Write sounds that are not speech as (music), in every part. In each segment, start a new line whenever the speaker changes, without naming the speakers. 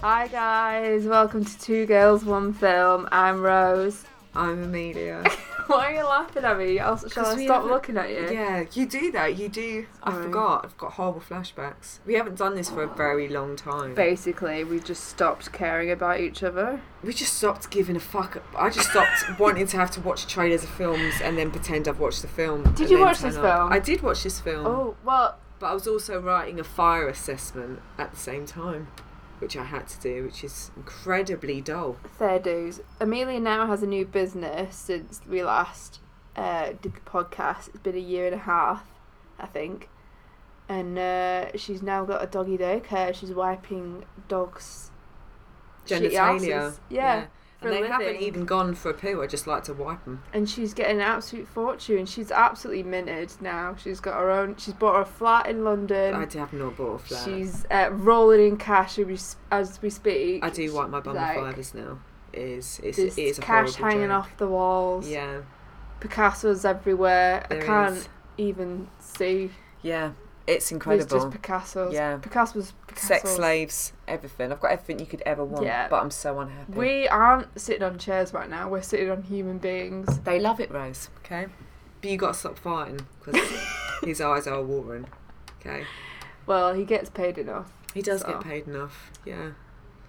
Hi guys, welcome to Two Girls One Film. I'm Rose.
I'm Amelia.
(laughs) Why are you laughing at me? I'll, shall
'Cause
I
we
stop
haven't-
looking at you?
yeah, you do that. You do. I
Sorry.
forgot. I've got horrible flashbacks. We haven't done this for a very long time.
Basically, we just stopped caring about each other.
We just stopped giving a fuck. I just
(laughs)
stopped wanting to have to watch trailers of films and then pretend I've watched the film. and
you
then
watch
turn
this
up.
film?
I did watch this film.
Oh well,
But I was also writing a fire assessment at the same time, which I had to do, which is incredibly dull.
fair dues. Amelia now has a new business since we last uh, did the podcast. It's been a year and a half, I think, and uh, she's now got a doggy daycare. She's wiping dogs' shitty
Genitalia.
asses. Yeah, for
And
a
they haven't
living.
even gone for a poo. I just like to wipe them.
and she's getting an absolute fortune. She's absolutely minted now. She's got her own. She's bought her flat in London.
I have not bought a flat.
She's uh, rolling in cash as we, s- as we speak.
I do wipe my bum
Like,
with fibres now. It is it's,
There's
it is a
cash
horrible
hanging
joke.
off the walls.
Yeah,
Picasso's everywhere.
there
I
is.
can't even see.
Yeah, it's
There's
incredible.
just Picasso's.
Yeah.
Picasso's. Picasso's.
Sex slaves, everything. I've got everything you could ever want,
Yeah.
but I'm so unhappy.
We aren't sitting on chairs right now. We're sitting on human beings.
they love it, Rose. Okay, but you got to stop fighting
(laughs)
because his eyes are watering. Okay,
Well, he gets paid enough.
he does
So.
get paid enough. Yeah.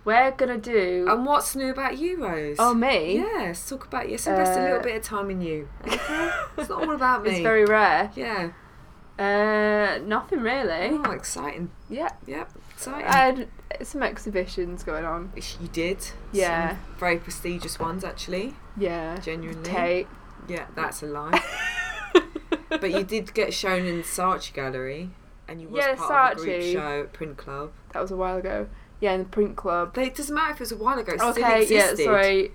We're gonna do.
And what's new about you, Rose?
oh me.
Oh, yeah. Let's talk about you. So invest a
Uh,
little bit of time in you. Okay? it's not all about me.
(laughs) It's very rare.
yeah.
Uh, nothing really.
Oh, exciting.
Yeah,
Yep. Exciting.
I had some exhibitions going on.
you did.
Yeah,
Some very prestigious ones, actually.
yeah.
Genuinely.
Tate.
Yeah, that's a lie.
(laughs)
but you did get shown in the Saatchi Gallery, and you was
Yeah,
part of a group
Saatchi.
show at Print Club.
That was a while ago. Yeah, in the print club.
But it doesn't matter if it was a while ago. Oh, It still
Okay, yeah,
existed.
sorry.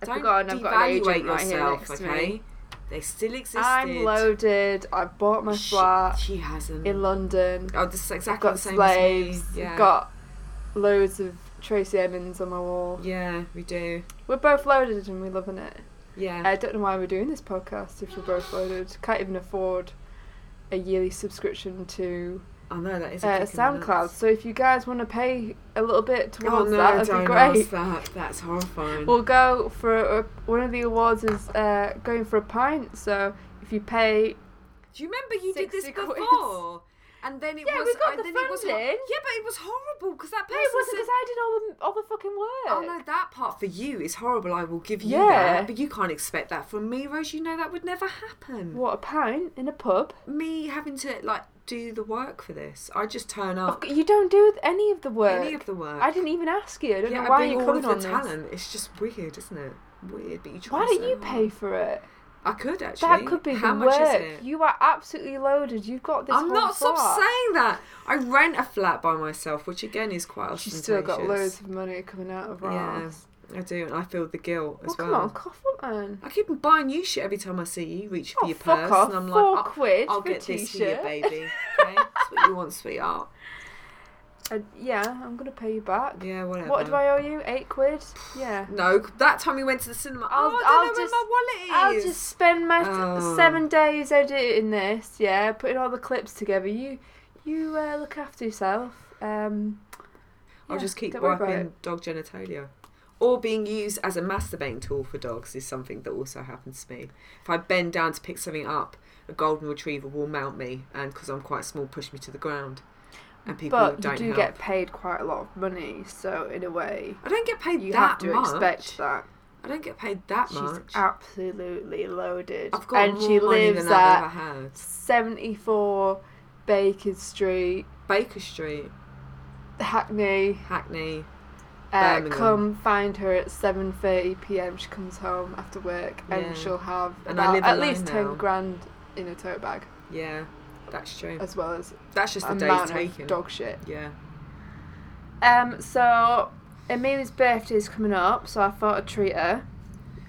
I've
Don't
forgotten I've got an
devaluate
agent right here
yourself,
next to
okay?
me.
They still existed.
I'm loaded. I bought my
She-
flat
She, hasn't.
in London.
oh, this is exactly
got
the same
slaves.
as me. Yeah.
Got loads of Tracy Emmons on my wall.
Yeah, we do.
We're both loaded and we're loving it.
Yeah.
I don't know why we're doing this podcast if we're both loaded. Can't even afford a yearly subscription to
I know Oh, that is a
uh,
kick in the
SoundCloud.
nuts.
So if you guys want to pay a little bit
Oh
towards
no,
that, that'd
don't
be
ask
great.
that. That's horrifying.
We'll go for a, one of the awards is uh, going for a pint. So if you pay,
Do you remember you did this
60 quid.
before? And then it
Yeah, we
was.
got
and
the
then it was hor-
funding.
yeah, but it was horrible because that
no,
person
it wasn't
said,
because I did all the all the fucking
"Oh
work.
no, that part for you is horrible. I will give you
Yeah.
that, but you can't expect that from me, Rose. You know that would never happen.
What a pint in a pub!
Me having to like do the work for this, I just turn
Of
up
c- You don't do any of the work.
Oh. any of the work.
I didn't even ask you. I don't
yeah,
know
I
why
bring
you're
all of
coming
the
on this.
talent. It's just weird, isn't it? Weird, but you try.
Why
so
don't you
hard.
pay for it?
I could actually.
That could be
How
the
much
work.
is it?
You are absolutely loaded. You've got this
I'm
whole
not stop
flat.
saying that. I rent a flat by myself, which again is quite
She's
ostentatious.
still got loads of money coming out of her
Yeah,
ass.
I do, and I feel the guilt
Well,
as
come
well.
on, cough up, man.
I keep buying you shit every time I see you. Reach for
Oh,
your
fuck
purse,
off.
and I'm
Four
like, "Oh,
quid
I'll, I'll
for a
get this for you,
t-shirt." (laughs)
baby. Okay, that's what you want, sweetheart.
And Uh, yeah, I'm gonna pay you back.
Yeah, whatever.
What do I owe you? Eight quid. Yeah.
No, that time we went to the cinema.
I'll-
oh, I don't
I'll
know
just-
where my
I'll
wallet is.
just spend my
Oh.
seven days editing this. Yeah, putting all the clips together. You, you uh, look after yourself. Um,
I'll
yeah,
just keep
don't worry about
wiping dog genitalia. Or being used as a masturbating tool for dogs is something that also happens to me. If I bend down to pick something up, a golden retriever will mount me, and because I'm quite small, push me to the ground. And
it.
people
But you
don't
do
help.
get paid quite a lot of money, so in a way,
I don't get paid
you
that
have to
much.
expect that.
I don't get paid that
She's
much.
absolutely loaded,
I've got
and
more
she
money
lives
than I've ever
at
had.
seventy-four Baker Street,
Baker Street,
Hackney.
Hackney.
Uh,
Birmingham.
come find her at 7:30 p.m. She comes home after work and
Yeah.
she'll have
And I
about-
live
at
alone
least 10
now.
grand in a tote bag
Yeah, that's true.
as well as
That's just the day's
amount of
taken.
dog shit.
Yeah.
Um so Amelia's birthday's coming up, so I thought I'd treat her.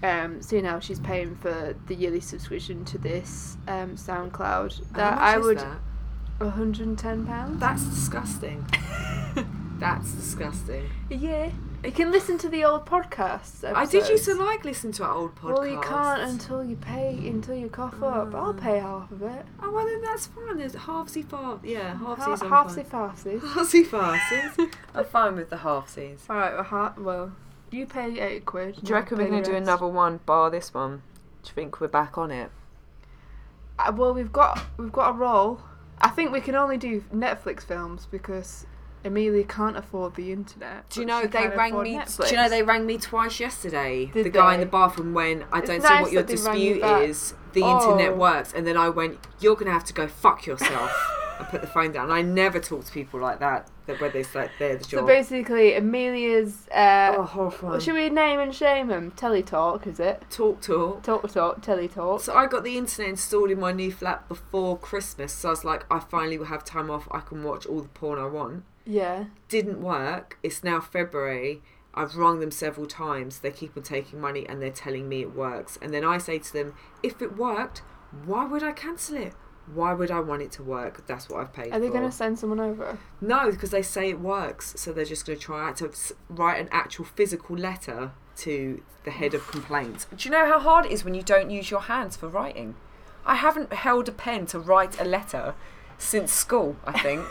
Um so you know she's paying for the yearly subscription to this um SoundCloud
How
that
much
I
is
would
that?
110 pounds (laughs)
That's disgusting. That's disgusting.
a year. You can listen to the old podcasts.
I did used to
episodes.
like listening to our old podcasts.
Well, you can't until you pay, until you cough up. I'll pay half of it.
Oh well, then that's fine. There's halfsy far. Yeah, halfsies.
Half,
I'm (laughs)
half
fine.
farsies.
Halfsy
(laughs)
farsies. I'm fine with the halfsies.
(sighs) All right, well, ha- well, you pay eight quid.
Do you reckon
I'll
we're
pay
gonna
the
do
rest.
another one bar this one? Do you think we're back on it?
Uh, well, we've got we've got a roll. I think we can only do Netflix films because Amelia can't afford the internet.
Do you
but
know
she
they
can
rang
afford
me?
Netflix.
Do you know they rang me twice yesterday?
Did
the guy in
they?
the bathroom when I
It's
don't see
nice
what your
that they rang you
dispute
back.
is. The
Oh.
internet works, and then I went, "You're gonna have to go fuck yourself." I put the phone down. I never talk to people like that. That where it's like they're the
So
job.
basically, Amelia's.
oh,
Uh,
horrifying.
Should we name and shame them? Teletalk, is it?
Talk talk.
Talk talk. Teletalk.
So I got the internet installed in my new flat before Christmas. So I was like, I finally will have time off. I can watch all the porn I want.
Yeah.
Didn't work. It's now February. I've rung them several times. They keep on taking money and they're telling me it works. And then I say to them, if it worked, why would I cancel it? Why would I want it to work? That's what I've paid
Are they
for.
going to send someone over?
No, because they say it works, so they're just going to try out to s- write an actual physical letter to the head of complaints. Do you know how hard it is when you don't use your hands for writing? I haven't held a pen to write a letter since school, I think.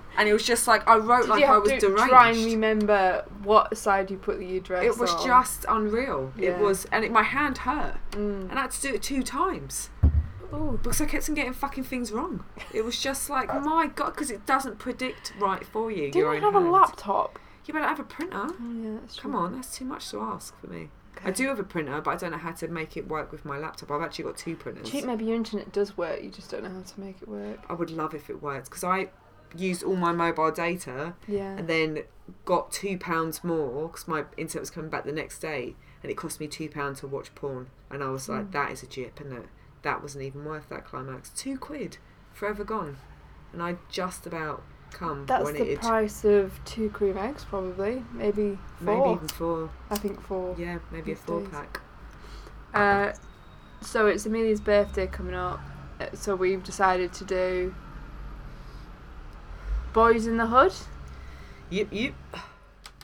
(laughs) and it was just like I wrote
Did
like
you have
I was
to
deranged.
try and remember what side you put the address
it was
on?
just unreal.
Yeah.
It was, and it, my hand hurt,
Mm.
and I had to do it two times
Ooh.
because I kept on getting fucking things wrong. It was just
(laughs)
like my god, because it doesn't predict right for you. your
Didn't
own
have a
hand.
laptop.
You better have a printer.
Oh, yeah, that's true.
Come on, that's too much to ask for me. I
Okay.
do have a printer, but I don't know how to make it work with my laptop. I've actually got two
Do
printers.
you think maybe your internet does work? You just don't know how to make it work.
I would love if it worked because I used all my mobile data
Yeah.
and then got two pounds more because my internet was coming back the next day, and it cost me two pounds to watch porn. And I was
Hmm.
like, that is a jip, and that that wasn't even worth that climax. Two quid, forever gone, and I just about come
That's
when
the
it had
price of two cream eggs, probably. Maybe
maybe
four.
even four.
I think four.
Yeah, maybe a
These days.
four pack.
Uh, so it's Amelia's birthday coming up. uh, So we've decided to do Boys in the Hood.
Yep, yep.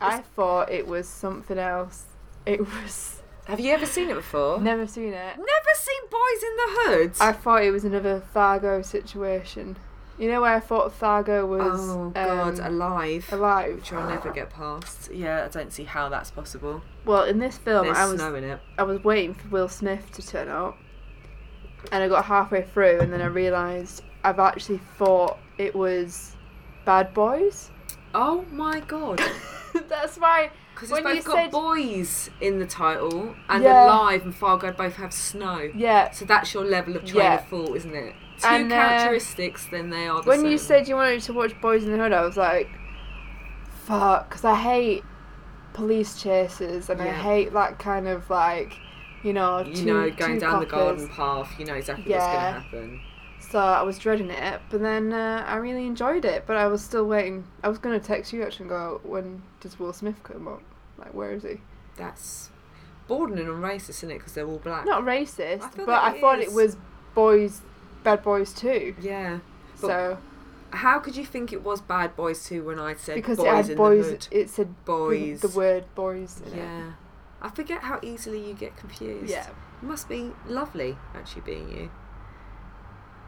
I thought it was something else. It was.
Have you ever seen it before?
Never seen it.
Never seen Boys in the Hood.
I thought it was another Fargo situation. You know where I thought Fargo was
oh
um,
God, alive.
alive?
Which I'll never get past. Yeah, I don't see how that's possible.
Well, in this film,
There's
Oh, I was
snow in it.
I was waiting for Will Smith to turn up, and I got halfway through, and then I realised I've actually thought it was Bad Boys. (laughs)
Oh my God.
That's why.
Because it's
When you
both got
said-
boys in the title and
Yeah.
alive and Fargo both have snow.
Yeah.
So that's your level of train
Yeah.
of thought, isn't it? Two
And, uh,
characteristics, then they are the
When
same.
you said you wanted to watch Boys in the Hood, I was like, fuck, because I hate police chases and I
Yeah.
hate that kind of like, you know,
you
two,
know, going
two
down the
coppers.
garden path, you know exactly
Yeah.
what's going to happen.
So I was dreading it, but then uh, I really enjoyed it. But I was still waiting. I was gonna text you actually and go, when does Will Smith come up? Like, where is he?
That's bordering on racist, isn't it? Because they're all black.
Not racist,
I feel
but
that
I
it
thought it
is.
was boys, bad boys too.
Yeah. But-
so
How could you think it was Bad Boys 2 when I said
because
boys
it had
in the
boys,
hood?
it said
Boys.
the word boys. In
yeah. I forget how easily you get confused.
It. Yeah.
It must be lovely actually being you.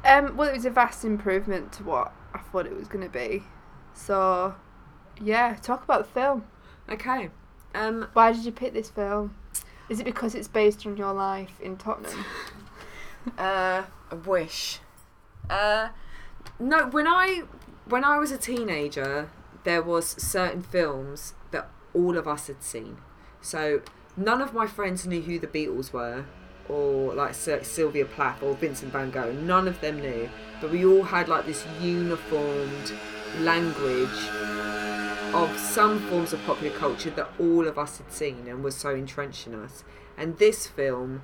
Um. Well, it was a vast improvement to what I thought it was gonna be. So, yeah. Talk about the film.
Okay. Um
Why did you pick this film? Is it because it's based on your life in Tottenham?
uh a wish. Uh no, when I when I was a teenager, there was certain films that all of us had seen. So none of my friends knew who the Beatles were or like Sy- Sylvia Plath or Vincent van Gogh. None of them knew, but we all had like this uniformed language of some forms of popular culture that all of us had seen and was so entrenched in us. And this film,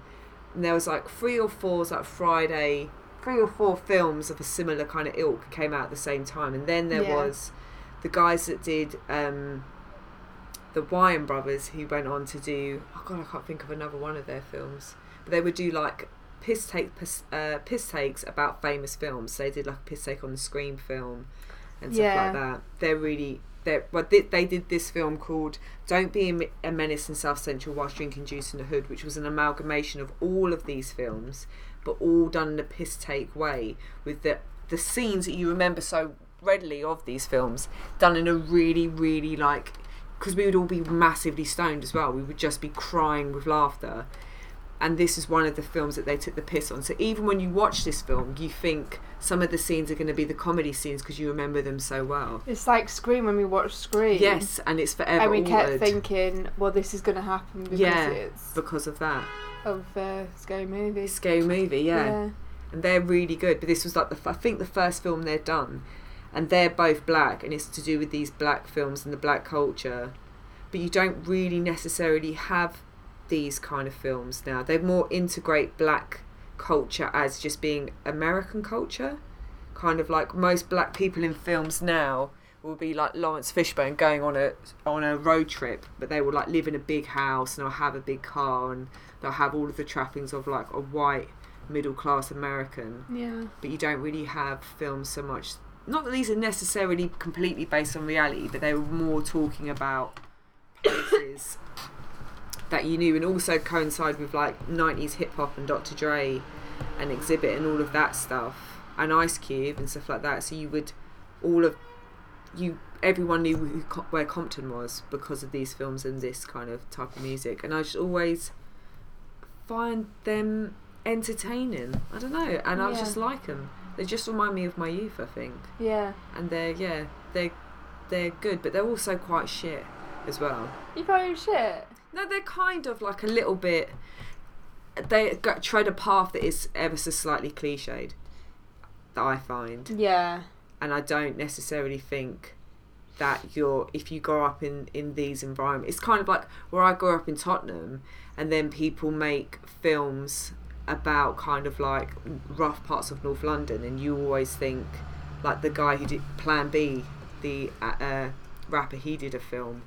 there was like three or four, like Friday, three or four films of a similar kind of ilk came out at the same time. And then there
Yeah.
was the guys that did um, the Wyam brothers who went on to do, oh God, I can't think of another one of their films. But they would do like piss take piss, uh, piss takes about famous films. So they did like a piss take on the Scream film and stuff
Yeah.
like that. They're really They're, well, they, they did this film called "Don't Be a Me- a Menace in South Central Whilst Drinking Juice in the Hood," which was an amalgamation of all of these films, but all done in a piss take way, with the the scenes that you remember so readily of these films done in a really, really like because we would all be massively stoned as well. We would just be crying with laughter. And this is one of the films that they took the piss on. So even when you watch this film, you think some of the scenes are going to be the comedy scenes because you remember them so well.
It's like Scream when we watched Scream.
Yes, and it's forever
And we kept
altered
thinking, well, this is going to happen because
Yeah.
it's
because of that
of uh, scary movies.
scary movie. yeah. and they're really good. But this was like the f- I think the first film they'd done, and they're both black, and it's to do with these black films and the black culture. But you don't really necessarily have these kind of films now. They more integrate black culture as just being American culture, kind of like most black people in films now will be like Lawrence Fishburne going on a on a road trip, but they will like live in a big house and they'll have a big car and they'll have all of the trappings of like a white middle class American,
Yeah.
but you don't really have films so much. Not that these are necessarily completely based on reality, but they were more talking about places that you knew, and also coincide with like '90s hip hop and Dr. Dre and Exhibit and all of that stuff, and Ice Cube and stuff like that. So you would all of you everyone knew who, Co- where Compton was because of these films and this kind of type of music, and I just always find them entertaining. I don't know, and I
Yeah.
just like them. They just remind me of my youth, I think,
Yeah.
and they're yeah they they're good, but they're also quite shit as well.
You thought you were shit.
No, they're kind of like a little bit. They go, tread a path that is ever so slightly cliched, that I find,
Yeah.
and I don't necessarily think that you're if you grow up in in these environments. It's kind of like where I grew up in Tottenham, and then people make films about kind of like rough parts of North London, and you always think like the guy who did Plan B, the uh, uh, rapper, he did a film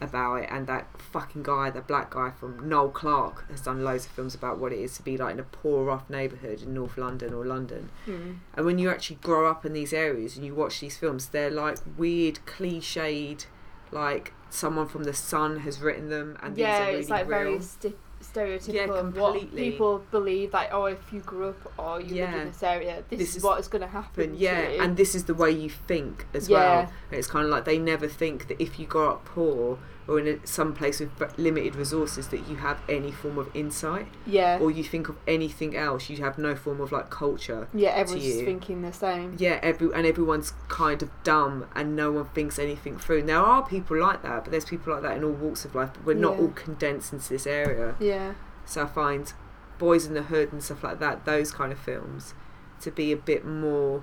about it, and that fucking guy, the black guy from Noel Clark, has done loads of films about what it is to be like in a poor, rough neighbourhood in North London or London.
Mm.
And when you actually grow up in these areas and you watch these films, they're like weird, cliched, like someone from the Sun has written them, and these
yeah,
are really
it's like
real.
very sti- stereotypical
Yeah,
of what
completely.
people believe. Like, oh, if you grew up or you lived
Yeah.
in this area, this,
This
is,
is-
what is going to
But
happen.
yeah,
to you.
and this is the way you think as
Yeah.
well. And it's kind of like they never think that if you grow up poor or in a, some place with v- limited resources that you have any form of insight
yeah,
or you think of anything else, you have no form of like culture.
yeah, everyone's
you.
just thinking the same.
yeah every and everyone's kind of dumb and no one thinks anything through and there are people like that but there's people like that in all walks of life but we're not
Yeah.
all condensed into this area
Yeah,
so i find boys in the hood and stuff like that those kind of films to be a bit more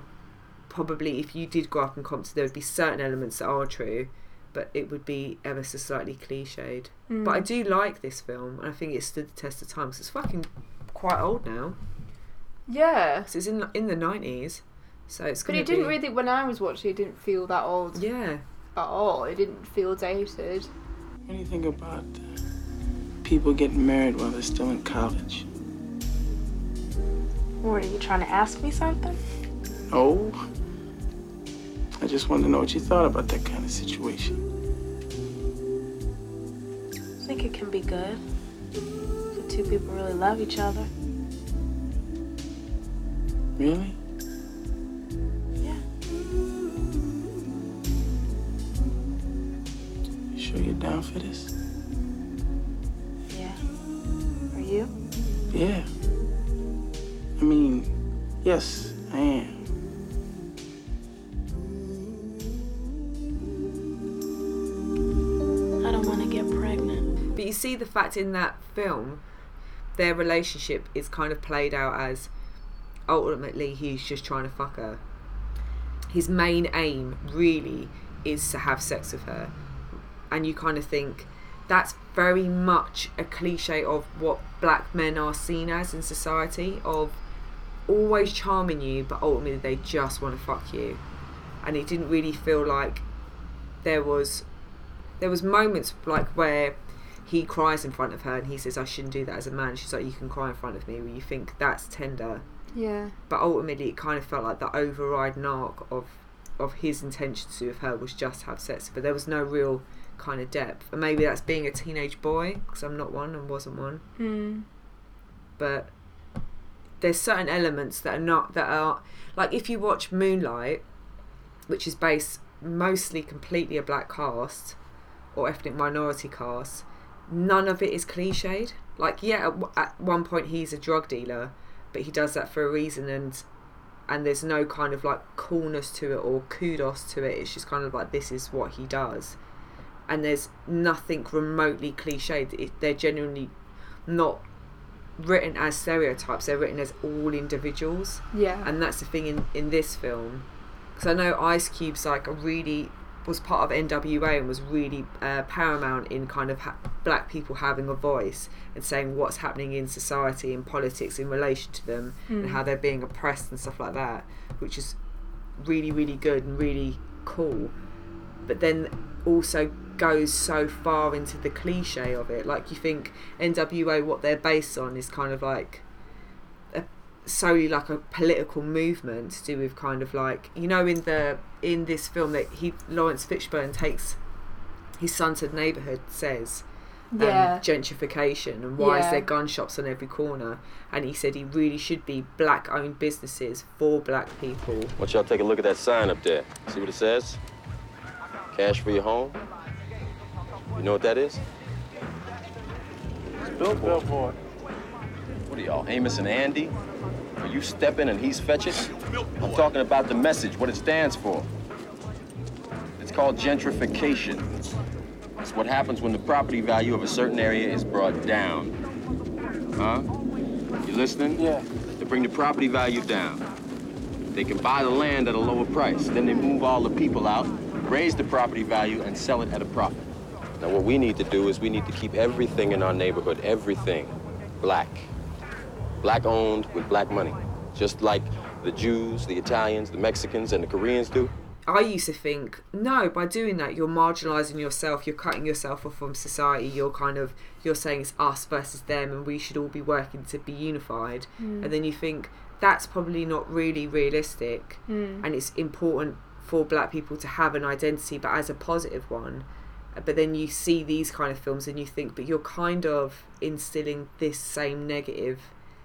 probably if you did grow up in compton there would be certain elements that are true but it would be ever so slightly cliched
Mm.
but i do like this film and i think it stood the test of time 'cause it's fucking quite old now
yeah.
'Cause it's in, in the 90s so it's
But
gonna
it didn't
be-
really. When I was watching, it didn't feel that old
yeah
at all. It didn't feel dated.
What do you think about people getting married while they're still in college?
What are you trying to ask me something?
No. I just wanted to know what you thought about that kind of situation.
I think it can be good. The two people really love each other.
Really?
Yeah.
You sure you're down for this?
Yeah. Are you?
Yeah. I mean, yes, I am.
I don't want to get pregnant.
But you see the fact in that film, their relationship is kind of played out as ultimately he's just trying to fuck her. His main aim really is to have sex with her. And you kind of think that's very much a cliche of what black men are seen as in society of always charming you, but ultimately they just want to fuck you. And it didn't really feel like there was there was moments like where he cries in front of her and he says, "I shouldn't do that as a man." She's like, "You can cry in front of me," where you think that's tender,
Yeah.
but ultimately it kind of felt like the overriding arc of of his intentions with her was just have sex, but there was no real kind of depth. And maybe that's being a teenage boy because I'm not one and wasn't one.
Mm.
But there's certain elements that are not that are like if you watch Moonlight, which is based mostly completely a black cast or ethnic minority cast, none of it is cliched. Like yeah, at, at one point he's a drug dealer, but he does that for a reason and and there's no kind of like coolness to it or kudos to it. It's just kind of like this is what he does, and there's nothing remotely cliched. It, they're genuinely not written as stereotypes. They're written as all individuals,
Yeah.
and that's the thing in in this film. Because I know Ice Cube's like a really was part of NWA and was really uh, paramount in kind of ha- black people having a voice and saying what's happening in society and politics in relation to them and how they're being oppressed and stuff like that, which is really, really good and really cool. But then also goes so far into the cliche of it. Like you think NWA, what they're based on is kind of like a, solely like a political movement to do with kind of like you know in the in this film that he Lawrence Fishburne takes his son to the neighborhood says
yeah.
and gentrification and why is
Yeah.
there gun shops on every corner and he said he really should be black owned businesses for black people
want y'all take a look at that sign up there. See what it says? Cash for your home. You know what that is?
Billboard.
What are y'all, Amos and Andy? Are you stepping and he's fetching? I'm talking about the message, what it stands for. It's called gentrification. It's what happens when the property value of a certain area is brought down. Huh? You listening?
Yeah.
To bring the property value down. They can buy the land at a lower price. Then they move all the people out, raise the property value, and sell it at a profit. Now, what we need to do is we need to keep everything in our neighborhood, everything, black. Black owned with black money. Just like the Jews, the Italians, the Mexicans, and the Koreans do.
I used to think, no, by doing that, you're marginalising yourself, you're cutting yourself off from society, you're kind of, you're saying it's us versus them, and we should all be working to be unified. And then you think, that's probably not really realistic, and it's important for black people to have an identity, but as a positive one. But then you see these kind of films and you think, but you're kind of instilling this same negative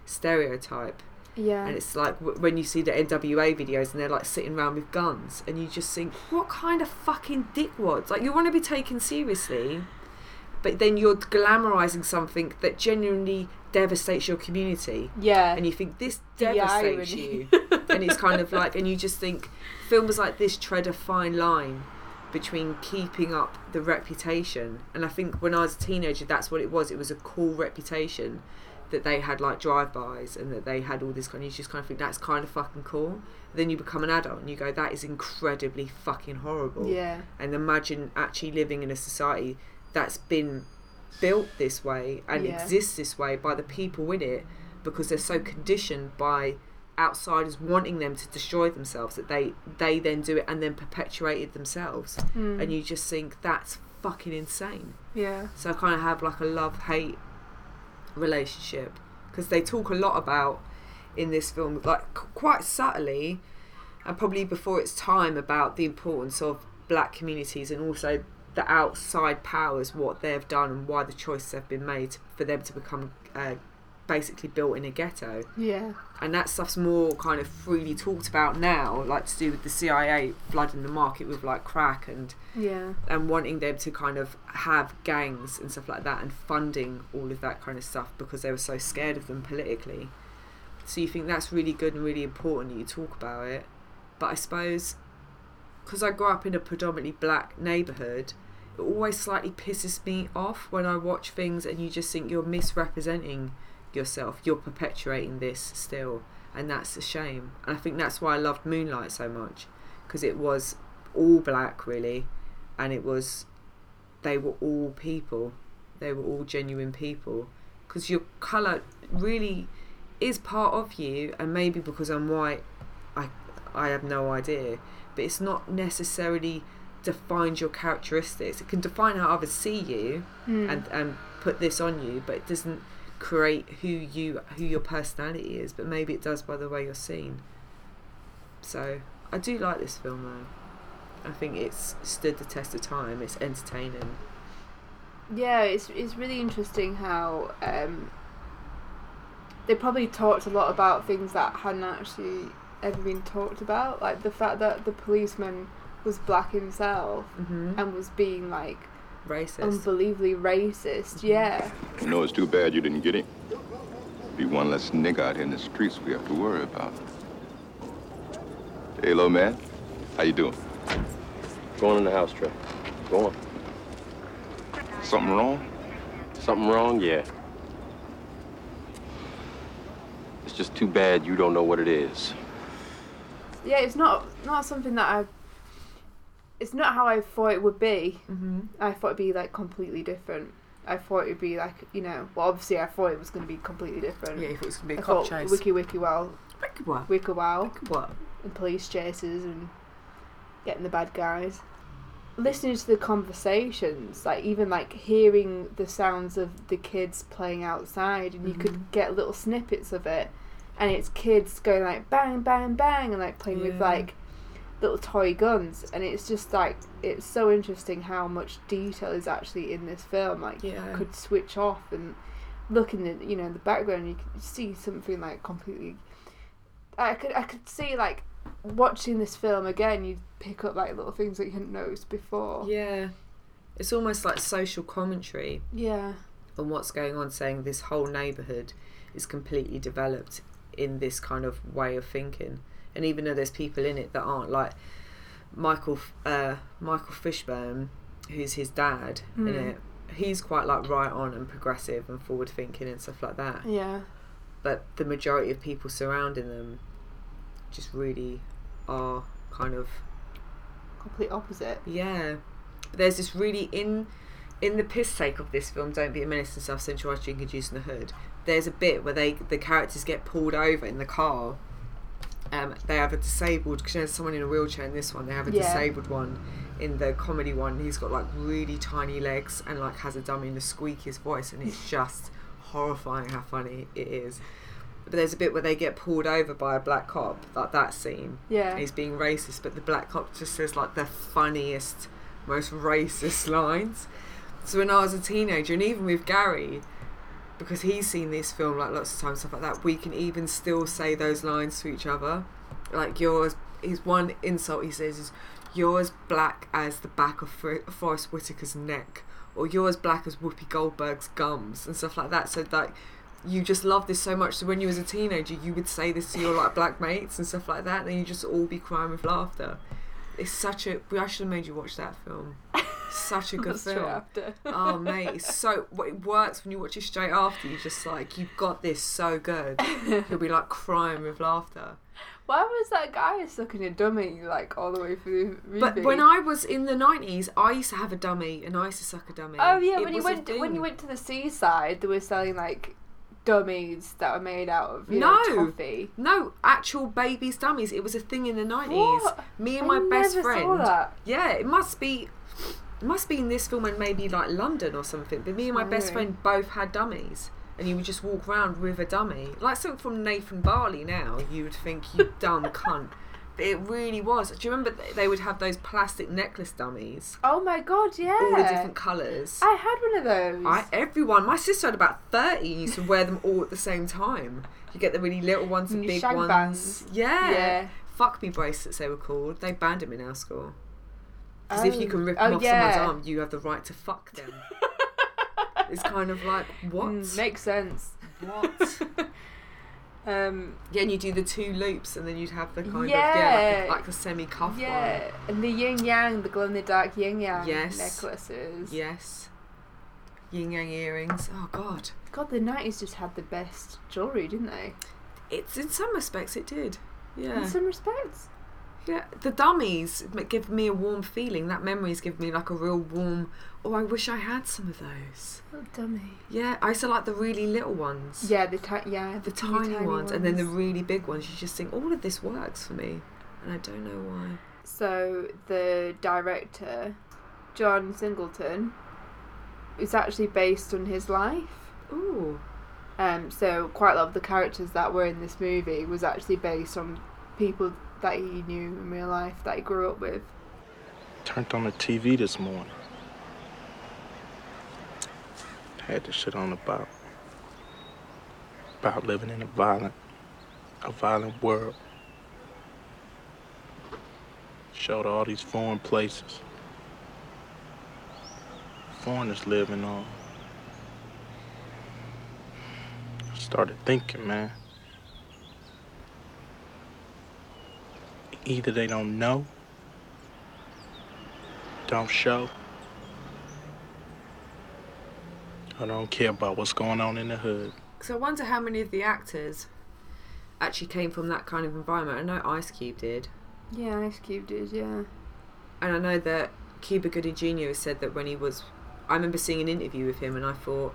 stereotype
yeah.
and it's like w- when you see the NWA videos and they're like sitting around with guns, and you just think, what kind of fucking dickwads? Like you want to be taken seriously, but then you're glamorizing something that genuinely devastates your community,
yeah.
and you think this
The
devastates
irony.
you, and it's kind of like, and you just think films like this tread a fine line between keeping up the reputation, and I think when I was a teenager, that's what it was. It was a cool reputation that they had like drive-bys and that they had all this kind of you just kind of think that's kind of fucking cool then you become an adult and you go that is incredibly fucking horrible
yeah.
and imagine actually living in a society that's been built this way and
Yeah.
exists this way by the people in it because they're so conditioned by outsiders wanting them to destroy themselves that they they then do it and then perpetuate it themselves and you just think that's fucking insane
Yeah.
so I kind of have like a love hate relationship because they talk a lot about in this film, like c- quite subtly and probably before its time, about the importance of black communities and also the outside powers, what they've done and why the choices have been made for them to become uh, basically built in a ghetto
Yeah.
and that stuff's more kind of freely talked about now, like to do with the CIA flooding the market with like crack and
Yeah.
and wanting them to kind of have gangs and stuff like that and funding all of that kind of stuff because they were so scared of them politically. So you think that's really good and really important that you talk about it. But I suppose because I grew up in a predominantly black neighbourhood, it always slightly pisses me off when I watch things and you just think you're misrepresenting yourself. You're perpetuating this still. And that's a shame. And I think that's why I loved Moonlight so much because it was all black really and it was they were all people they were all genuine people because your color really is part of you and maybe because i'm white i i have no idea but it's not necessarily defines your characteristics it can define how others see you and and put this on you but it doesn't create who you who your personality is but maybe it does by the way you're seen so i do like this film though I think it's stood the test of time. It's entertaining.
Yeah, it's it's really interesting how um, they probably talked a lot about things that hadn't actually ever been talked about, like the fact that the policeman was black himself
Mm-hmm.
and was being like
Racist. Mm-hmm.
unbelievably racist. Yeah,
You know, it's too bad you didn't get it. Be one less nigga out here in the streets we have to worry about. Hey, little man. How you doing?
Going in the house, Trey. Go on.
Something wrong?
Something wrong? Yeah. It's just too bad you don't know what it is.
yeah, it's not not something that I. It's not how I thought it would be.
mm-hmm.
I thought it'd be like completely different. I thought it'd be like you know, well, obviously I thought it was going to be completely different.
Yeah, if it was gonna be
I
a cop
thought
chase.
Wiki Wiki Wow,
Wicked what?
Wiki Wow,
Wicked what?
and police chases and getting the bad guys. Listening to the conversations, like even like hearing the sounds of the kids playing outside, and you
Mm-hmm.
could get little snippets of it. And it's kids going like bang, bang, bang, and like playing with
Yeah.
like little toy guns. And it's just like, it's so interesting how much detail is actually in this film. Like,
Yeah.
you could switch off and look in the, you know, the background, you could see something like completely I could I could see like watching this film again, you'd pick up like little things that you hadn't noticed before.
Yeah. It's almost like social commentary
Yeah.
on what's going on, saying this whole neighbourhood is completely developed in this kind of way of thinking. And even though there's people in it that aren't like Michael F- uh, Michael Fishburne, who's his dad in
Mm.
it, he's quite like right on and progressive and forward thinking and stuff like that.
Yeah.
but the majority of people surrounding them just really are kind of
Complete opposite.
yeah there's this really in in the piss take of this film don't be a menace and stuff centralized drinking juice in the hood there's a bit where they the characters get pulled over in the car um, they have a disabled because there's someone in a wheelchair in this one they have a
Yeah.
disabled one in the comedy one he's got like really tiny legs and like has a dummy and the squeakiest voice and it's just horrifying how funny it is but there's a bit where they get pulled over by a black cop like that scene
Yeah.
he's being racist, but the black cop just says like the funniest, most racist (laughs) lines. So when I was a teenager, and even with Gary, because he's seen this film like lots of times, stuff like that, we can even still say those lines to each other. Like yours, his one insult he says is, "You're as black as the back of Fro- Forrest Whitaker's neck," or "You're as black as Whoopi Goldberg's gums," and stuff like that. So like you just love this so much. So when you was a teenager, you would say this to your like black mates and stuff like that, and you just all be crying with laughter. It's such a. We actually made you watch that film. Such a good
Straight
film.
after.
Oh mate, it's so what it works when you watch it straight after. You just like you've got this so good. You'll be like crying with laughter.
Why was that guy sucking a dummy like all the way through the
But
movie?
when I was in the nineties, I used to have a dummy and I used to suck a dummy.
Oh yeah,
It
when you
was a
went to, when
thing.
you went to the seaside, they were selling like dummies that were made out of you know,
No.
toffee.
No, actual babies dummies. It was a thing in the nineties.
What?
Me and
I
my best
never
friend.
Saw that.
Yeah, it must be. It must be in this film and maybe like London or something. But me and my best
Really?
friend both had dummies, and you would just walk around with a dummy, like something from Nathan Barley. Now you would think
(laughs)
you dumb cunt, but it really was. Do you remember th- they would have those plastic necklace dummies,
Oh my god, yeah.
all the different colours?
I had one of those.
I everyone. My sister had about thirty. and Used to wear them all at the same time. You get the really little ones, the
And your
big
shag
ones.
bands.
Yeah.
Yeah.
Fuck me bracelets. They were called. They banned them in our school. Because if you
Oh.
can rip
Oh,
them off
yeah. (laughs)
someone's arm, you have the right to fuck them. it's kind of like what?
(laughs) Mm, makes sense.
what?
(laughs) Um,
yeah, and you do the two loops, and then you'd have the kind of yeah, like
Yeah.
the, like the semi cuff one.
Yeah, and the yin yang, the glow in the dark yin yang
Yes.
necklaces.
Yes. Yin yang earrings. Oh god.
God, the nineties just had the best jewelry, didn't they?
It's in some respects it did. Yeah.
In some respects.
Yeah, the dummies m- give me a warm feeling. That memories give me like a real warm. Oh, I wish I had some of those.
Little dummy.
Yeah, I used to like the really little ones.
Yeah, the ti- yeah
the tiny, ones, and then the really big ones. You just think all of this works for me, and I don't know why.
so the director, John Singleton, is actually based on his life.
Ooh,
Um, so quite a lot of the characters that were in this movie was actually based on people that he knew in real life that he grew up with.
Turned on the TV this morning. Had this shit on about about living in a violent a violent world. Showed all these foreign places. Foreigners living on. I started thinking, man. Either they don't know, don't show, or don't care about what's going on in the hood.
So I wonder how many of the actors actually came from that kind of environment. I know Ice Cube did,
Yeah, Ice Cube did, yeah.
and I know that Cuba Gooding Jr. has said that when he was, I remember seeing an interview with him, and I thought,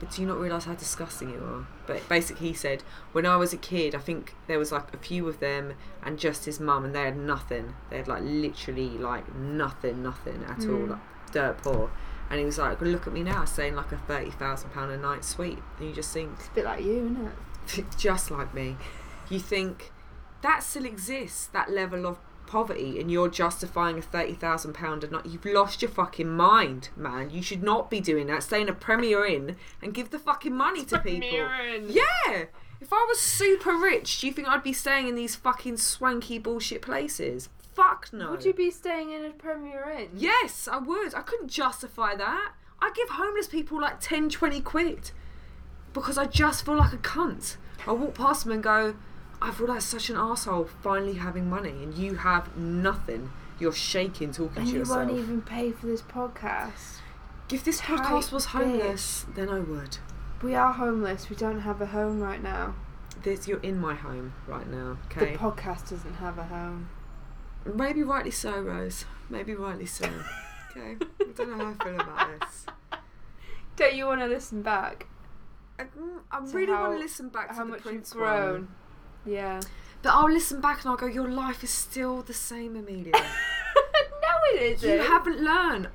but do you not realise how disgusting you are? But basically, he said, when I was a kid, I think there was like a few of them, and just his mum, and they had nothing. They had like literally like nothing, nothing at all, like dirt poor. And he was like, look at me now, saying like a thirty thousand pound a night suite, and you just think,
It's a bit like you, isn't it?
just like me, you think that still exists, that level of poverty, and you're justifying a thirty thousand pound a night. You've lost your fucking mind, man. You should not be doing that. Stay in a Premier Inn and give the fucking money to people. Yeah. If I was super rich, do you think I'd be staying in these fucking swanky bullshit places? Fuck no.
Would you be staying in a Premier Inn?
Yes, I would. I couldn't justify that. I give homeless people like 10, 20 quid because I just feel like a cunt. I walk past them and go, I feel like such an asshole finally having money and you have nothing. You're shaking talking
And
to
you
yourself.
won't even pay for this podcast.
if this
Tight
podcast was
bitch.
homeless, then I would.
We are homeless. We don't have a home right now.
This, you're in my home right now, okay?
The podcast doesn't have a home.
Maybe rightly so, Rose. Maybe rightly so.
(laughs)
okay. I don't know how I feel about this.
Don't you want to listen back?
I, mm, I
So
really want
how-
to listen back to
How
the
much you've
Prince
grown?
one.
(laughs) Yeah.
But I'll listen back and I'll go, Your life is still the same,
(laughs)
Amelia.
no, it isn't.
you haven't learned.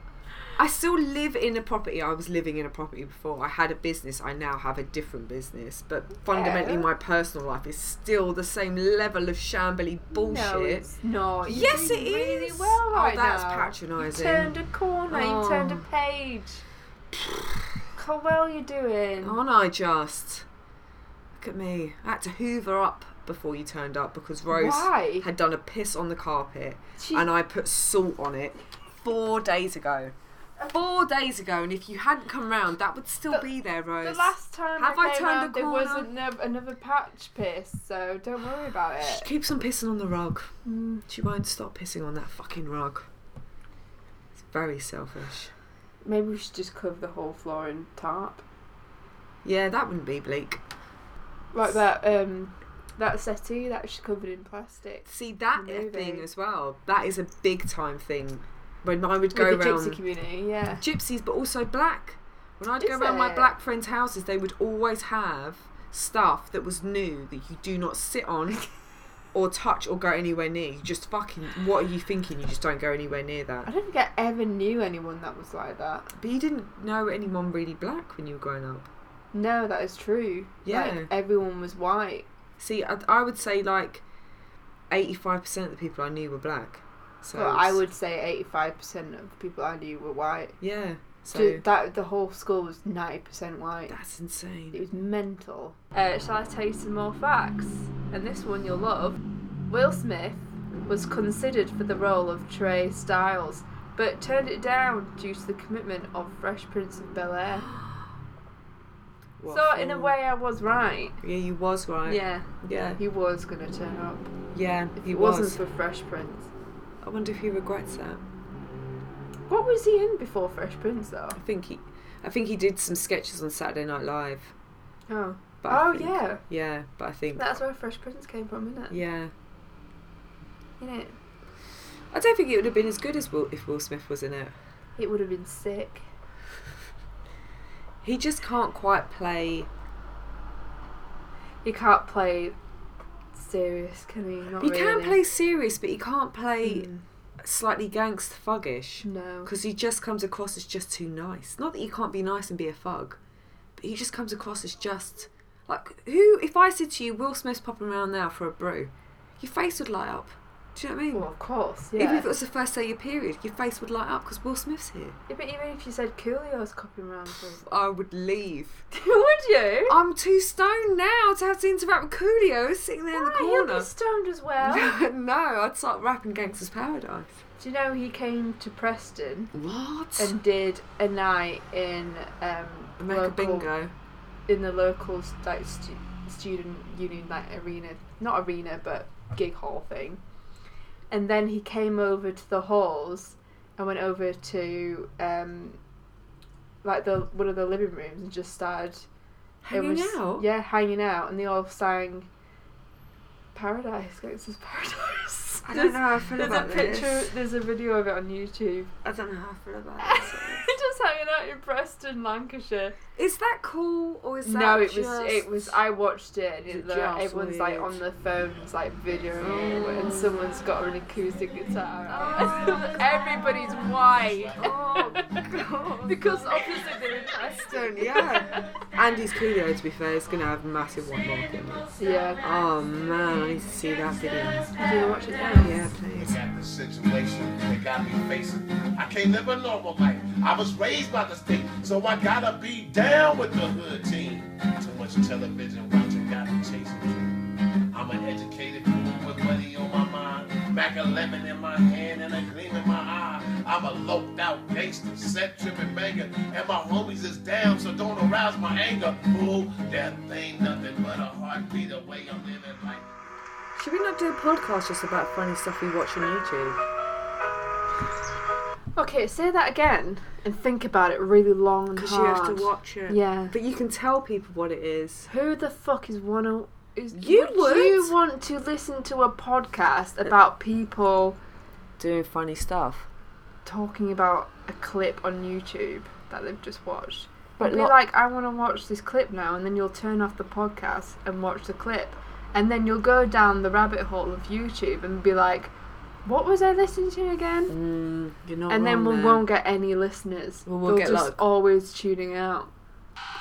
I still live in a property. I was living in a property before. I had a business. I now have a different business. But fundamentally,
Yeah.
my personal life is still the same level of shambly bullshit.
No, it's not. You're
Yes,
doing
it
really
is.
well
Oh,
right
that's
now.
patronising.
You turned a corner. You turned a
Oh.
page.
(sighs)
How well you're doing.
Aren't I just? Look at me. I had to hoover up before you turned up because Rose
Why?
had done a piss on the carpet
She-
and I put salt on it four days ago. Four days ago, and if you hadn't come round, that would still
But-
be there, Rose.
Uh, The last time
Have
I
I
came
turned
round,
the
there was
corner?
another, another patch piss, so don't worry about
She
it.
keeps on pissing on the rug. Mm, She won't stop pissing on that fucking rug. It's very selfish.
Maybe we should just cover the whole floor in tarp.
Yeah, that wouldn't be bleak.
Like that, um, that settee that's covered in plastic.
See that
Moving.
thing as well. That is a big time thing. When I would
With
go
the
round.
gypsy community, yeah.
gypsies, but also black. When I'd go
Is
around my
it?
black friends' houses, they would always have stuff that was new that you do not sit on (laughs) or touch or go anywhere near. You just fucking, what are you thinking? You just don't go anywhere near
I
that.
don't think I ever knew anyone that was like that.
But you didn't know anyone really black when you were growing up.
No, that is true.
Yeah.
Like, everyone was white.
See, I, I would say like 85% of the people I knew were black. So
Well, I
it's-
would say 85% of the people I knew were white.
Yeah. So
Ju- that The whole school was 90% white.
that's insane.
It was mental. Uh, shall I tell you some more facts? And this one you'll love. Will Smith was considered for the role of Trey Styles, but turned it down due to the commitment of Fresh Prince of Bel Air.
(gasps) What
so, in a
fool.
way, I was right.
Yeah, you was right.
Yeah,
Yeah.
he was going to turn up.
Yeah.
If
He
it
was.
wasn't for Fresh Prince.
I wonder if he regrets that.
What was he in before Fresh Prince, though?
I think he, I think he did some sketches on Saturday Night Live.
Oh.
But I
oh,
think-
yeah.
yeah. But I think,
That's where Fresh Prince came from, isn't it?
yeah,
In it?
I don't think it would have been as good as Will if Will Smith was in it.
It would have been sick.
He just can't quite play.
He can't play serious, can he? Not
he can
really. Hmm.
play serious, but he can't play slightly gangster thuggish
No.
because he just comes across as just too nice. Not that you can't be nice and be a thug, but he just comes across as just like who. If I said to you, Will Smith's popping around now for a brew, your face would light up. Do you know what I mean?
Well, of course. Yeah.
Even if it was the first day of your period, your face would light up because Will Smith's here.
Yeah, but even if you said Coolio's copying round, for- Oh,
I (laughs) would leave.
would (laughs) you?
I'm too stoned now to have to interact with Coolio sitting there in the
Why? He'll
corner.
be stoned as
(laughs)
well.
no, I'd start rapping Gangster's Paradise.
Do you know he came to Preston
What?
and did a night in um
Mecca
local,
Bingo.
in the local like stu- student union like arena, not arena but gig hall thing, and then he came over to the halls and went over to um like the one of the living rooms and just started
Hanging
it was,
out?
Yeah, hanging out, and they all sang "Paradise." This is paradise.
I don't know how I feel
There's
about
a picture.
this.
There's a video of it
(laughs)
on YouTube.
I don't know how I feel about this.
Just hanging out in Preston, Lancashire.
is that cool or is that
No, it was.
just...
It was. I watched it. And
Is
it,
it
the-
just
everyone's like
weird? Oh.
on their phones, like videoing, it, and someone's got an acoustic guitar. out. (laughs) Everybody's white.
Oh god.
Because obviously they're in Preston.
Don't- (laughs) yeah. Andy's Coolio, to be fair, is gonna have massive one market.
Yeah.
Oh man, I need to see that video.
Do you wanna watch it now?
Yeah, please.
at the situation they got me facing. I can't live a normal life. I was raised by the state, so I gotta be down with the hood team. Too much television watching got me chasing. dreams. I'm an educated fool with money on my mind, mac a lemon in my hand and a gleam in my eye. I'm a loped out gangster, set tripping banger, and my homies is down, so don't arouse my anger. Fool, that ain't nothing but a heartbeat away. I'm living like.
Should we not do a podcast just about funny stuff we watch on YouTube?
Okay, say that again and think about it really long and
Because you have
hard.
to watch it.
Yeah.
But you can tell people what it is.
Who the fuck is one o- is
You would.
you want to listen to a podcast about people
Doing funny stuff.
talking about a clip on YouTube that they've just watched?
But
But be
not-
like, I want to watch this clip now, and then you'll turn off the podcast and watch the clip, and then you'll go down the rabbit hole of YouTube and be like, what was I listening to again?
You're not
and
wrong
then we
there.
won't get any listeners.
We won't
They'll
get
just
luck.
always tuning out.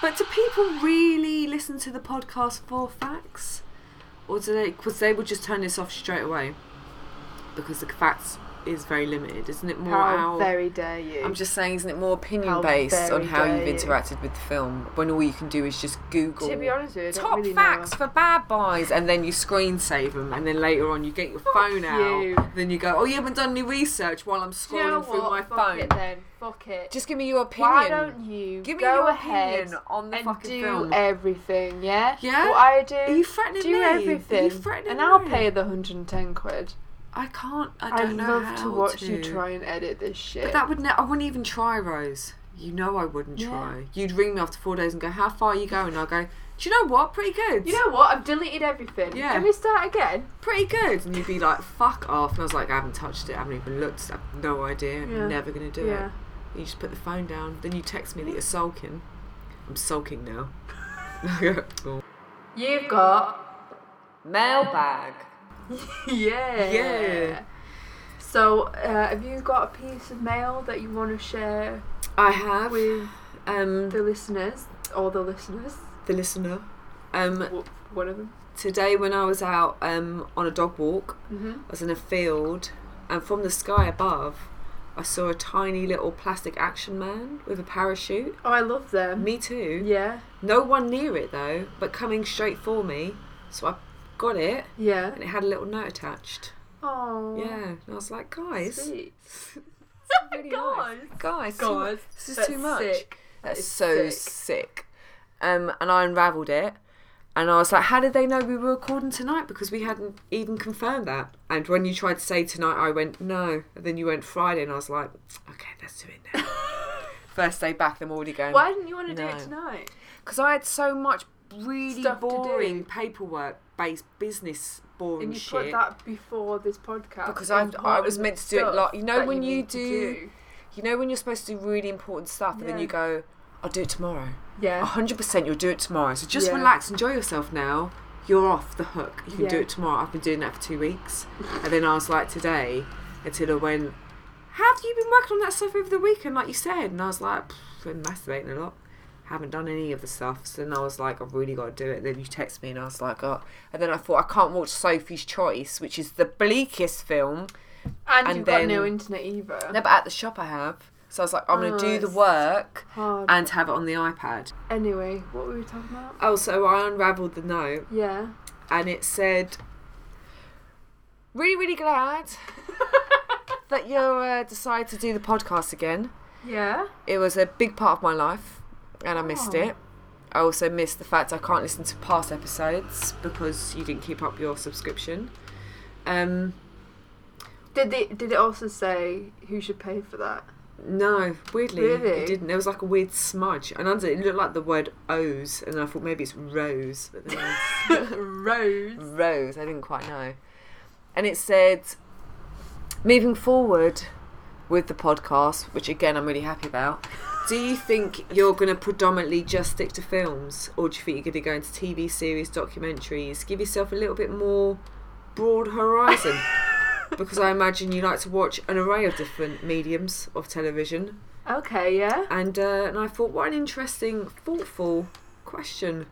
But do people really listen to the podcast for facts, or do they? Because they would just turn this off straight away, because the facts is very limited, isn't it? More
How
our-
very dare you?
I'm just saying, isn't it more opinion
How
based on
very
how you've
dare you.
interacted with the film when all you can do is just Google
To be honest with you, I don't
top
really
facts
know.
for bad boys and then you screensaver them and then later on you get your phone
you.
out. Then you go, oh, you haven't done any research while I'm
Do
scrolling
you know
through
what?
my
Fuck
phone.
it then. Fuck it.
Just give me your opinion.
Why don't you
Give me
go
your
ahead
opinion on the
and
fucking
do
film.
everything? Yeah.
Yeah?
What I do.
Are you threatening
do
me? Are you
everything,
threatening
and I'll
me?
pay the hundred and ten quid.
I can't. I
I'd
don't know
love
how
to watch
to.
you try and edit this shit.
But that would ne- I wouldn't even try, Rose. You know I wouldn't
Yeah.
try. You'd ring me after four days and go, "How far are you going?" I'll go, "Do you know what? Pretty good.
you know what? I've deleted everything.
Yeah.
Can we start again?
pretty good." And you'd be like, "Fuck off!" And I was like, "I haven't touched it. I haven't even looked. I have no idea.
Yeah.
I'm never gonna do
Yeah.
it." And you just put the phone down. Then you text me that you're sulking. I'm sulking
(laughs)
now. (laughs)
You've got
Mailbag. (laughs)
yeah.
Yeah.
So, uh, have you got a piece of mail that you want to share
I have
with
um
the listeners or the listeners?
the listener. Um,
W- One of them.
today when I was out um, on a dog walk,
Mm-hmm.
I was in a field, and from the sky above, I saw a tiny little plastic action man with a parachute.
Oh, I love them.
Me too.
Yeah.
No one near it though, but coming straight for me. So I got it,
Yeah.
and it had a little note attached.
Oh.
Yeah, and I was like, guys, (laughs)
Sweet.
really
Guys.
nice. guys, too
Guys,
much. this is
that's
too much.
sick.
That's
is
so
sick.
sick. Um, and I unravelled it, and I was like, "How did they know we were recording tonight? Because we hadn't even confirmed that." And when you tried to say tonight, I went no, and then you went Friday, and I was like, "Okay, let's do it
(laughs)
now." First day back, I'm already going.
Why didn't you want to do
No.
it tonight?
Because I had so much really
Stuff to do.
boring paperwork-based business boring
And you
shit.
put that before this podcast.
Because I- I was meant to do it
Important
like- you know
stuff
when
that
you
need to
do- you know when you're supposed to do really important stuff, and then
Yeah.
you go, "I'll do it tomorrow."
Yeah.
Oh, 100% you'll do it tomorrow. So just
Yeah.
relax, enjoy yourself now. You're off the hook. You can do
Yeah.
it tomorrow. I've been doing that for two weeks. And then I was like, today, until I went, Have you been working on that stuff over the weekend, like you said? And I was like, "Pff, Been masturbating a lot. haven't done any of the stuff. So then I was like, I've really got to do it. Then you text me, and I was like, oh. And then I thought, I can't watch Sophie's Choice, which is the bleakest film.
(laughs) And,
And
you've
then-
got no internet either.
No, but at the shop I have. So I was like, I'm going
Oh,
to do the
it's
work
Hard.
and have it on the iPad.
Anyway, what were we talking about?
Oh, so I unravelled the note
Yeah.
and it said, Really, really
(laughs)
glad that you uh, decided to do the podcast again.
Yeah.
It was a big part of my life and I missed
Oh.
it. I also missed the fact I can't listen to past episodes because you didn't keep up your subscription. Um,
Did they? Did it also say who should pay for that?
No, weirdly,
Really?
it didn't. There was like a weird smudge, and under it looked like the word "O's," and I thought maybe it's "rose," but then it was
Rose.
"rose." I didn't quite know. And it said, "Moving forward with the podcast, which again I'm really happy about. Do you think you're going to predominantly just stick to films, or do you think you're going to go into TV series, documentaries? Give yourself a little bit more broad horizon." Because I imagine you like to watch an array of different mediums of television
Okay. Yeah.
and uh, and I thought, what an interesting, thoughtful question.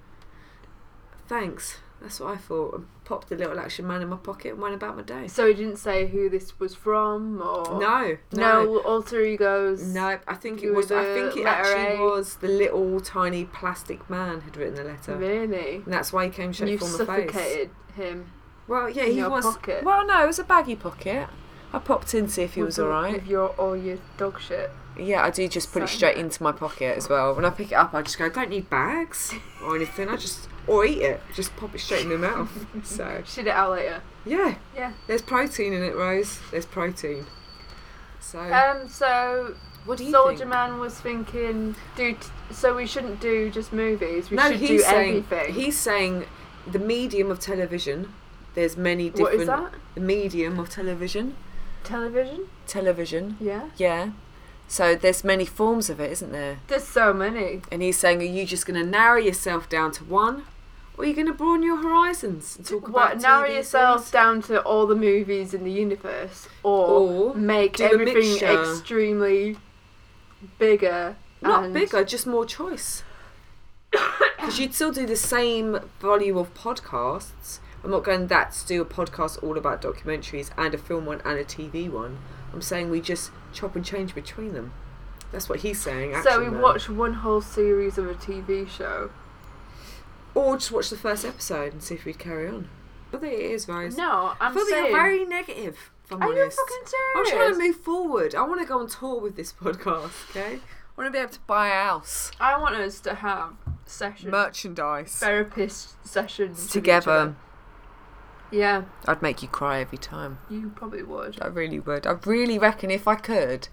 Thanks. That's what I thought. And popped the little action man in my pocket and went about my day.
So it didn't say who this was from or
No, no,
no alter egos.
no. I think it
You
was. I
were the
think it
letter
actually
A.
was the little tiny plastic man had written the letter,
Really.
and that's why he came
You
shaped on the face.
suffocated him.
Well, yeah,
in
he
your
was.
pocket.
Well, no, it was a baggy pocket. I popped in to see if he
with
was
your-
all right.
With your all your dog shit.
Yeah, I do just put it
Same.
straight into my pocket as well. When I pick it up, I just go, don't need bags or anything. I just, or eat it. Just pop it straight in my
(laughs)
mouth. So,
Shit it out later.
yeah.
Yeah.
There's protein in it, Rose. There's protein. So,
Um. So
what do you
Soldier
think?
Man was thinking, dude. So we shouldn't do just movies. We
no,
should
he's
do
saying,
everything.
he's saying the medium of television. There's many different.
what is that?
The medium of television.
Television.
Television.
Yeah.
Yeah. So there's many forms of it, isn't there?
There's so many.
And he's saying, are you just going to narrow yourself down to one, or are you going to broaden your horizons and talk
What?
about
Narrow
TV
yourself
series?
down to all the movies in the universe, or,
Or
make
do a
everything
mixture.
extremely bigger.
Not
and
bigger, just more
(coughs)
choice. Because you'd still do the same volume of podcasts. I'm not going that to do a podcast all about documentaries and a film one and a TV one. I'm saying we just chop and change between them. That's what he's saying.
So
Action
we
Man.
watch one whole series of a TV show.
or just watch the first episode and see if we'd carry on. I think it is, Rose.
No, I'm
I feel that
saying.
you're very negative. If I'm
Are you
honest.
fucking
I'm
serious?
trying to move forward. I want to go on tour with this (laughs) podcast. Okay, I want to be able to buy a house,
I want us to have sessions,
merchandise
therapist sessions with each
together.
other. Yeah,
I'd make you cry every time.
you probably would.
I really would. I really reckon if I could,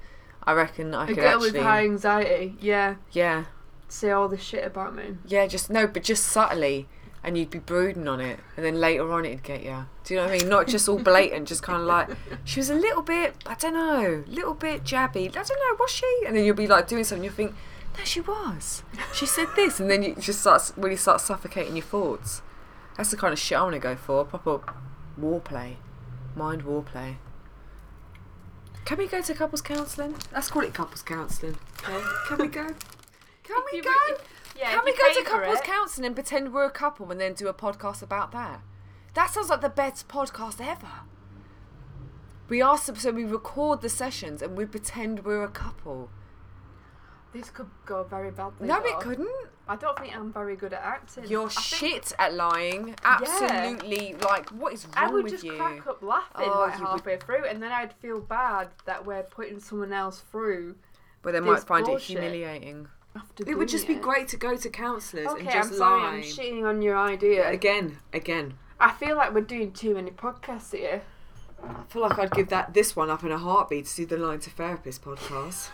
I reckon I
A
could
girl
actually.
with high anxiety. Yeah,
Yeah,
say all this shit about me.
yeah. Just no, but just subtly. And you'd be brooding on it, and then later on it'd get you. Do you know what I mean? Not just all blatant, just kind of like she was a little bit, I don't know, little bit jabby. I don't know, was she? And then you'll be like doing something, you'll think, no, she was. She said this, and then you just starts really start suffocating your thoughts. That's the kind of shit I want to go for. Proper war play, mind war play. Can we go to couples counselling? Let's call it couples counselling. Okay. Can we
(laughs)
go? Can we
you
go?
re- Yeah,
Can
if
we
you
go
pay
to
for
couples
it-
counselling and pretend we're a couple and then do a podcast about that? That sounds like the best podcast ever. We are sub- so we record the sessions and we pretend we're a couple.
This could go very badly.
no, it
though.
couldn't.
I don't think I'm very good at acting.
You're
I think
shit at lying. Absolutely, like what is wrong
I would
with
just
you?
crack up laughing
Oh,
like
you would-
halfway through, and then I'd feel bad that we're putting someone else through.
but they
might
might
this find
find
it
it
bullshit.
humiliating.
After
It would
doing
just be great to go to counsellors
Okay,
and just
I'm sorry,
lie.
I'm shitting on your idea.
Again, again.
I feel like we're doing too many podcasts here.
I feel like I'd give that this one up in a heartbeat to do the Line to Therapist podcast.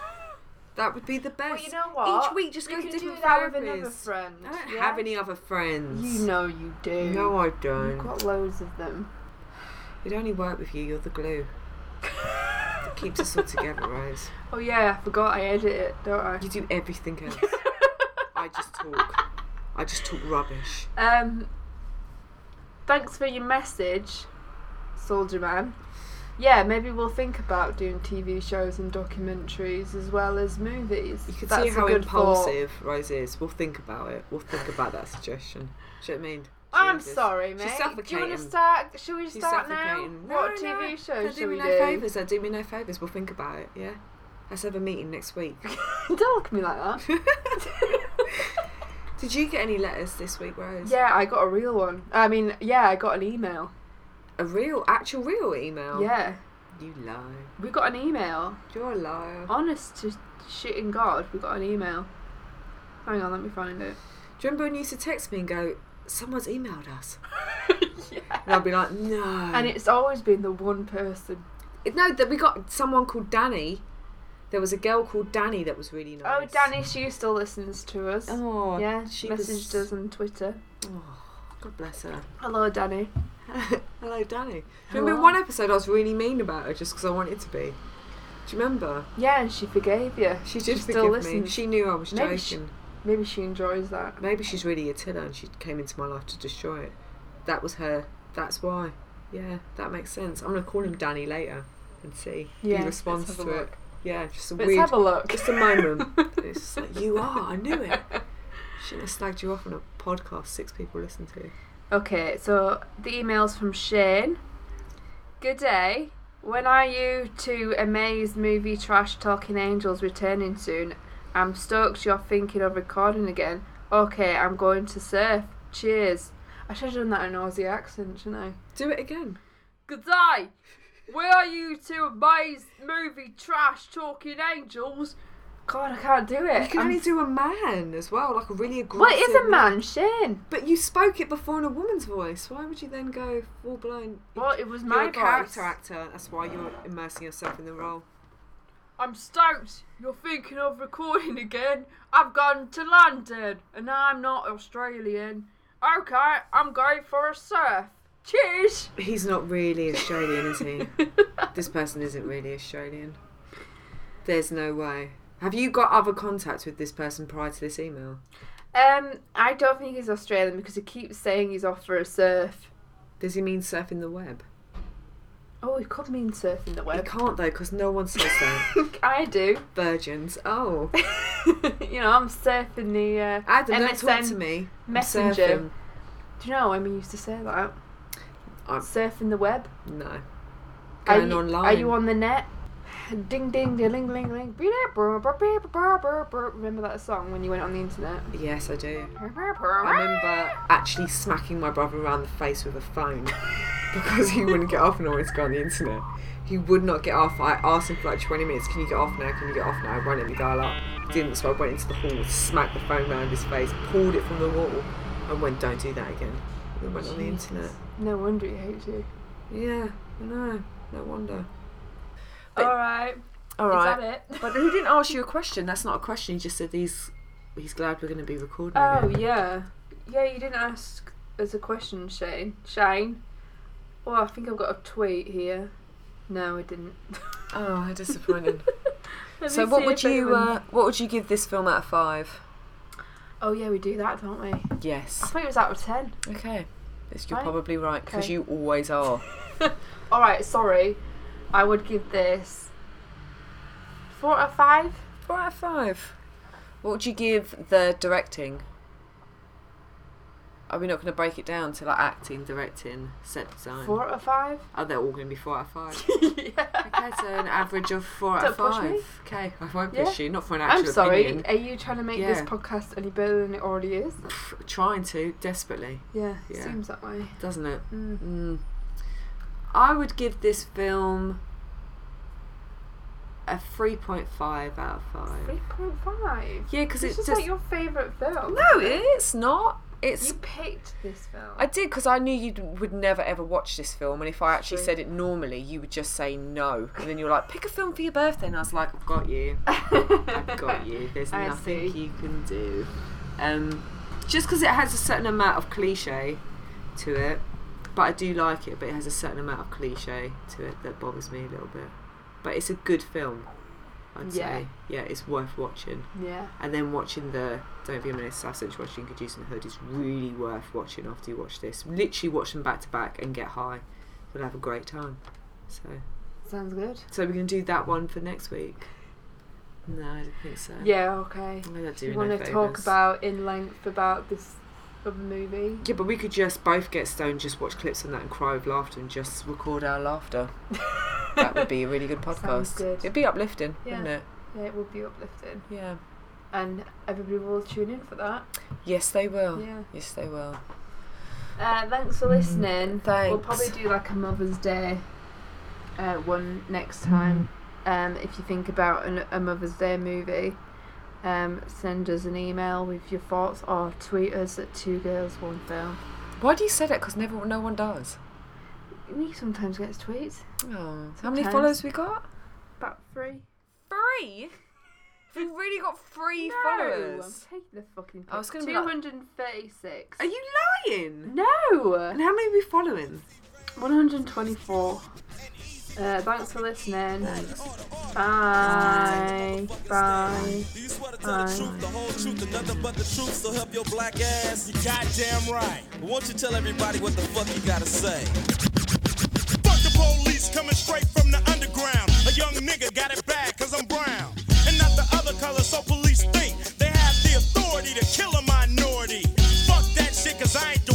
that would be the best.
But you know what?
Each week, just
you
go
can
to different
do that with another
therapists.
friend.
I don't
yeah?
have any other friends.
You know you do.
No, I
You've
don't.
got loads of them.
It only work with you. You're the glue. that keeps us all together, Rose.
Oh yeah, I forgot I edit it, don't I?
You do everything
(laughs)
else. I just talk. I just talk rubbish.
Um, thanks for your message, Soldier Man. yeah, maybe we'll think about doing TV shows and documentaries as well as movies.
You can
That's
see
a
how
good thought.
impulsive Rose is. We'll think about it. We'll think about that suggestion. Do you know what I mean?
I'm
Jesus.
sorry,
She's
mate. Do you want to
suffocating.
start? Should we
She's
start now?
suffocating. No, no,
what TV
no.
show
Don't
should
do me
we
no
do?
favours. (laughs) Don't do me no favours. We'll think about it. Yeah. Let's have a meeting next
(laughs)
week.
(laughs) Don't look at me like that.
(laughs) Did you get any letters this week, Rose?
(laughs) Yeah, I got a real one. I mean, yeah, I got an email.
A real, actual, real email.
Yeah,
You lie.
we got an email.
You're a liar.
Honest to shitting God, we got an email. Hang on, let me find it.
Do you remember when you used to text me and go, "Someone's emailed
(laughs)
us," and I'd be like, "No."
And it's always been the one person.
no, that we got someone called Danny. There was a girl called Danny that was really nice.
Oh, Danny, she still listens to us.
Oh,
yeah,
she
she messaged
was-
us on Twitter.
God bless her.
Hello, Danny.
(laughs) Hello, Danny. Do you
Hello.
remember one episode I was really mean about her just because I wanted to be? Do you remember?
Yeah, and she forgave you.
She did
still
forgive me.
listens.
She knew I was
Maybe
joking.
she- Maybe she enjoys that.
Maybe she's really a tiller and she came into my life to destroy it. That was her. That's why. Yeah, that makes sense. I'm gonna call him Danny later and see
Yeah,
if he
let's
responds
have a
to it.
look.
Yeah, just a
Let's
weird.
have a look.
Just a
(laughs)
moment. it's just like you are. I knew it. Shouldn't have snagged you off on a podcast six people listen to.
Okay, so the email's from Shane. Good day. When are you to Amaze movie Trash Talking Angels returning soon? I'm stoked you're thinking of recording again. Okay, I'm going to surf. Cheers. I should have done that in Aussie accent, shouldn't I?
Do it again.
Good day. When are you to Amaze movie Trash Talking Angels? God, I can't do it.
You can
I'm-
only do a man as well, like a really aggressive.
Well, it is a man, Shane.
But you spoke it before in a woman's voice. Why would you then go full blown?
Well, it was
You're
my
a character
voice.
actor. That's why you're immersing yourself in the role.
I'm stoked you're thinking of recording again. I've gone to London and I'm not Australian. Okay, I'm going for a surf. Cheers! (laughs)
He's not really Australian, is (laughs) he? this person isn't really Australian. There's no way. Have you got other contacts with this person prior to this email?
Um, I don't think he's Australian because he keeps saying he's off for a surf.
Does he mean surfing the web?
Oh, he could mean surfing the
He
web.
can't though, because no one says that. (laughs)
I do. (laughs)
Virgins. Oh,
you know, I'm surfing the uh,
Adam, don't
MSN.
talk to me. I'm
Messenger.
surfing.
Do you know when we used to say that?
I'm-
surfing the web.
No.
Are
Going
you,
online.
Are you on the net? (sighs) Ding ding ding ling ling ling. Remember that song when you went on the internet?
Yes, I do. I remember actually smacking my brother around the face with a (laughs) phone because he wouldn't get off and always go on the internet. He would not get off. I asked him for like 20 minutes, can you get off now? Can you get off now? Won't let me dial up. He Didn't, so I went into the hall, smacked the phone round his face, pulled it from the wall, and went, don't do that again. And then went on the internet.
No wonder he hates you.
Yeah, I know. No wonder. But-
All right.
All
Is that it?
But he didn't ask you a question. That's not a question. He just said he's he's glad we're going to be recording.
Oh
again.
yeah, yeah. You didn't ask as a question, Shane. Shane. Oh, I think I've got a tweet here. No, I didn't.
Oh,
(laughs)
how disappointing.
Let
so
me
what
see
would
if
you
anyone-
uh, what would you give this film out of five?
Oh yeah, we do that, don't we? I
Yes.
thought it was out of ten.
Okay. This- You're
Right.
probably right because
Okay.
you always (laughs) are.
All right, sorry. I would give this four out of five.
Four out of five. What would you give the directing? Are we not going to break it down to like acting, directing, set design?
Four out of five.
Oh, they're all going to be four out of five. (laughs)
yeah.
okay, so an average of 4 out of
Don't push
five.
me.
Okay, I won't
Yeah.
push you. Not for an
I'm
actual
sorry.
opinion.
Are you trying to make this
Yeah.
podcast any better than it already is?
Pff, Trying to desperately,
Yeah,
Yeah.
seems that way.
doesn't it?
Mm.
Mm. I would give this film a 3.5 out of 5.
Three point five.
Yeah, because
This
it's
is
just.
like your favourite film.
no, it's not. It's.
You picked this film.
I did because I knew you would never ever watch this film, and if I actually
True.
said it normally, you would just say no, and then you're like, "Pick a film for your birthday," and I was like, "I've got you,
(laughs)
I've got you. There's
I
nothing
see.
you can do." Um, just because it has a certain amount of cliche to it, but I do like it. But it has a certain amount of cliche to it that bothers me a little bit. But it's a good film, I'd
Yeah.
say. Yeah, it's worth watching.
Yeah.
And then watching the Don't Be a Menace Sausage Washington Caduce and the Hood is really worth watching after you watch this. Literally watch them back to back and get high. You'll have a great time. So
Sounds good.
So we're going to do that one for next week. No, I don't think so.
Yeah, okay.
I'm not
Do you
doing
want
no
to talk
favours.
about in length about this other movie?
Yeah, but we could just both get stoned, just watch clips on that, and cry with laughter, and just record our
(laughs)
laughter. that would be a really good
Sounds
podcast.
good.
It'd be uplifting,
Yeah.
wouldn't it?
Yeah, it will be uplifting,
Yeah.
and everybody will tune in for that.
Yes, they will.
Yeah.
Yes, they will.
Uh, thanks for listening.
Mm.
We'll
thanks.
probably do like a Mother's Day uh, one next time. Um, if you think about an, a Mother's Day movie, um, send us an email with your thoughts or tweet us at Two Girls One Film.
Why do you say that? Because never, no one does.
We sometimes get tweets.
Oh. How many
Sometimes.
followers we got?
About three.
Three. We've really got three followers.
I'm taking the fucking.
I was gonna be
two
like-
hundred and thirty-six.
Are you lying?
No,
And how many are we following?
one hundred and twenty-four. Uh, thanks for listening. Bye. Bye.
You swear to tell the truth, the whole truth, and nothing but the truth, so help your black ass. You goddamn right. Won't you tell everybody what the fuck you gotta say? Fuck the police coming straight from the underground. A young nigga got it bad cause I'm brown. And not the other color, so police think they have the authority to kill a minority. Fuck that shit cause I ain't the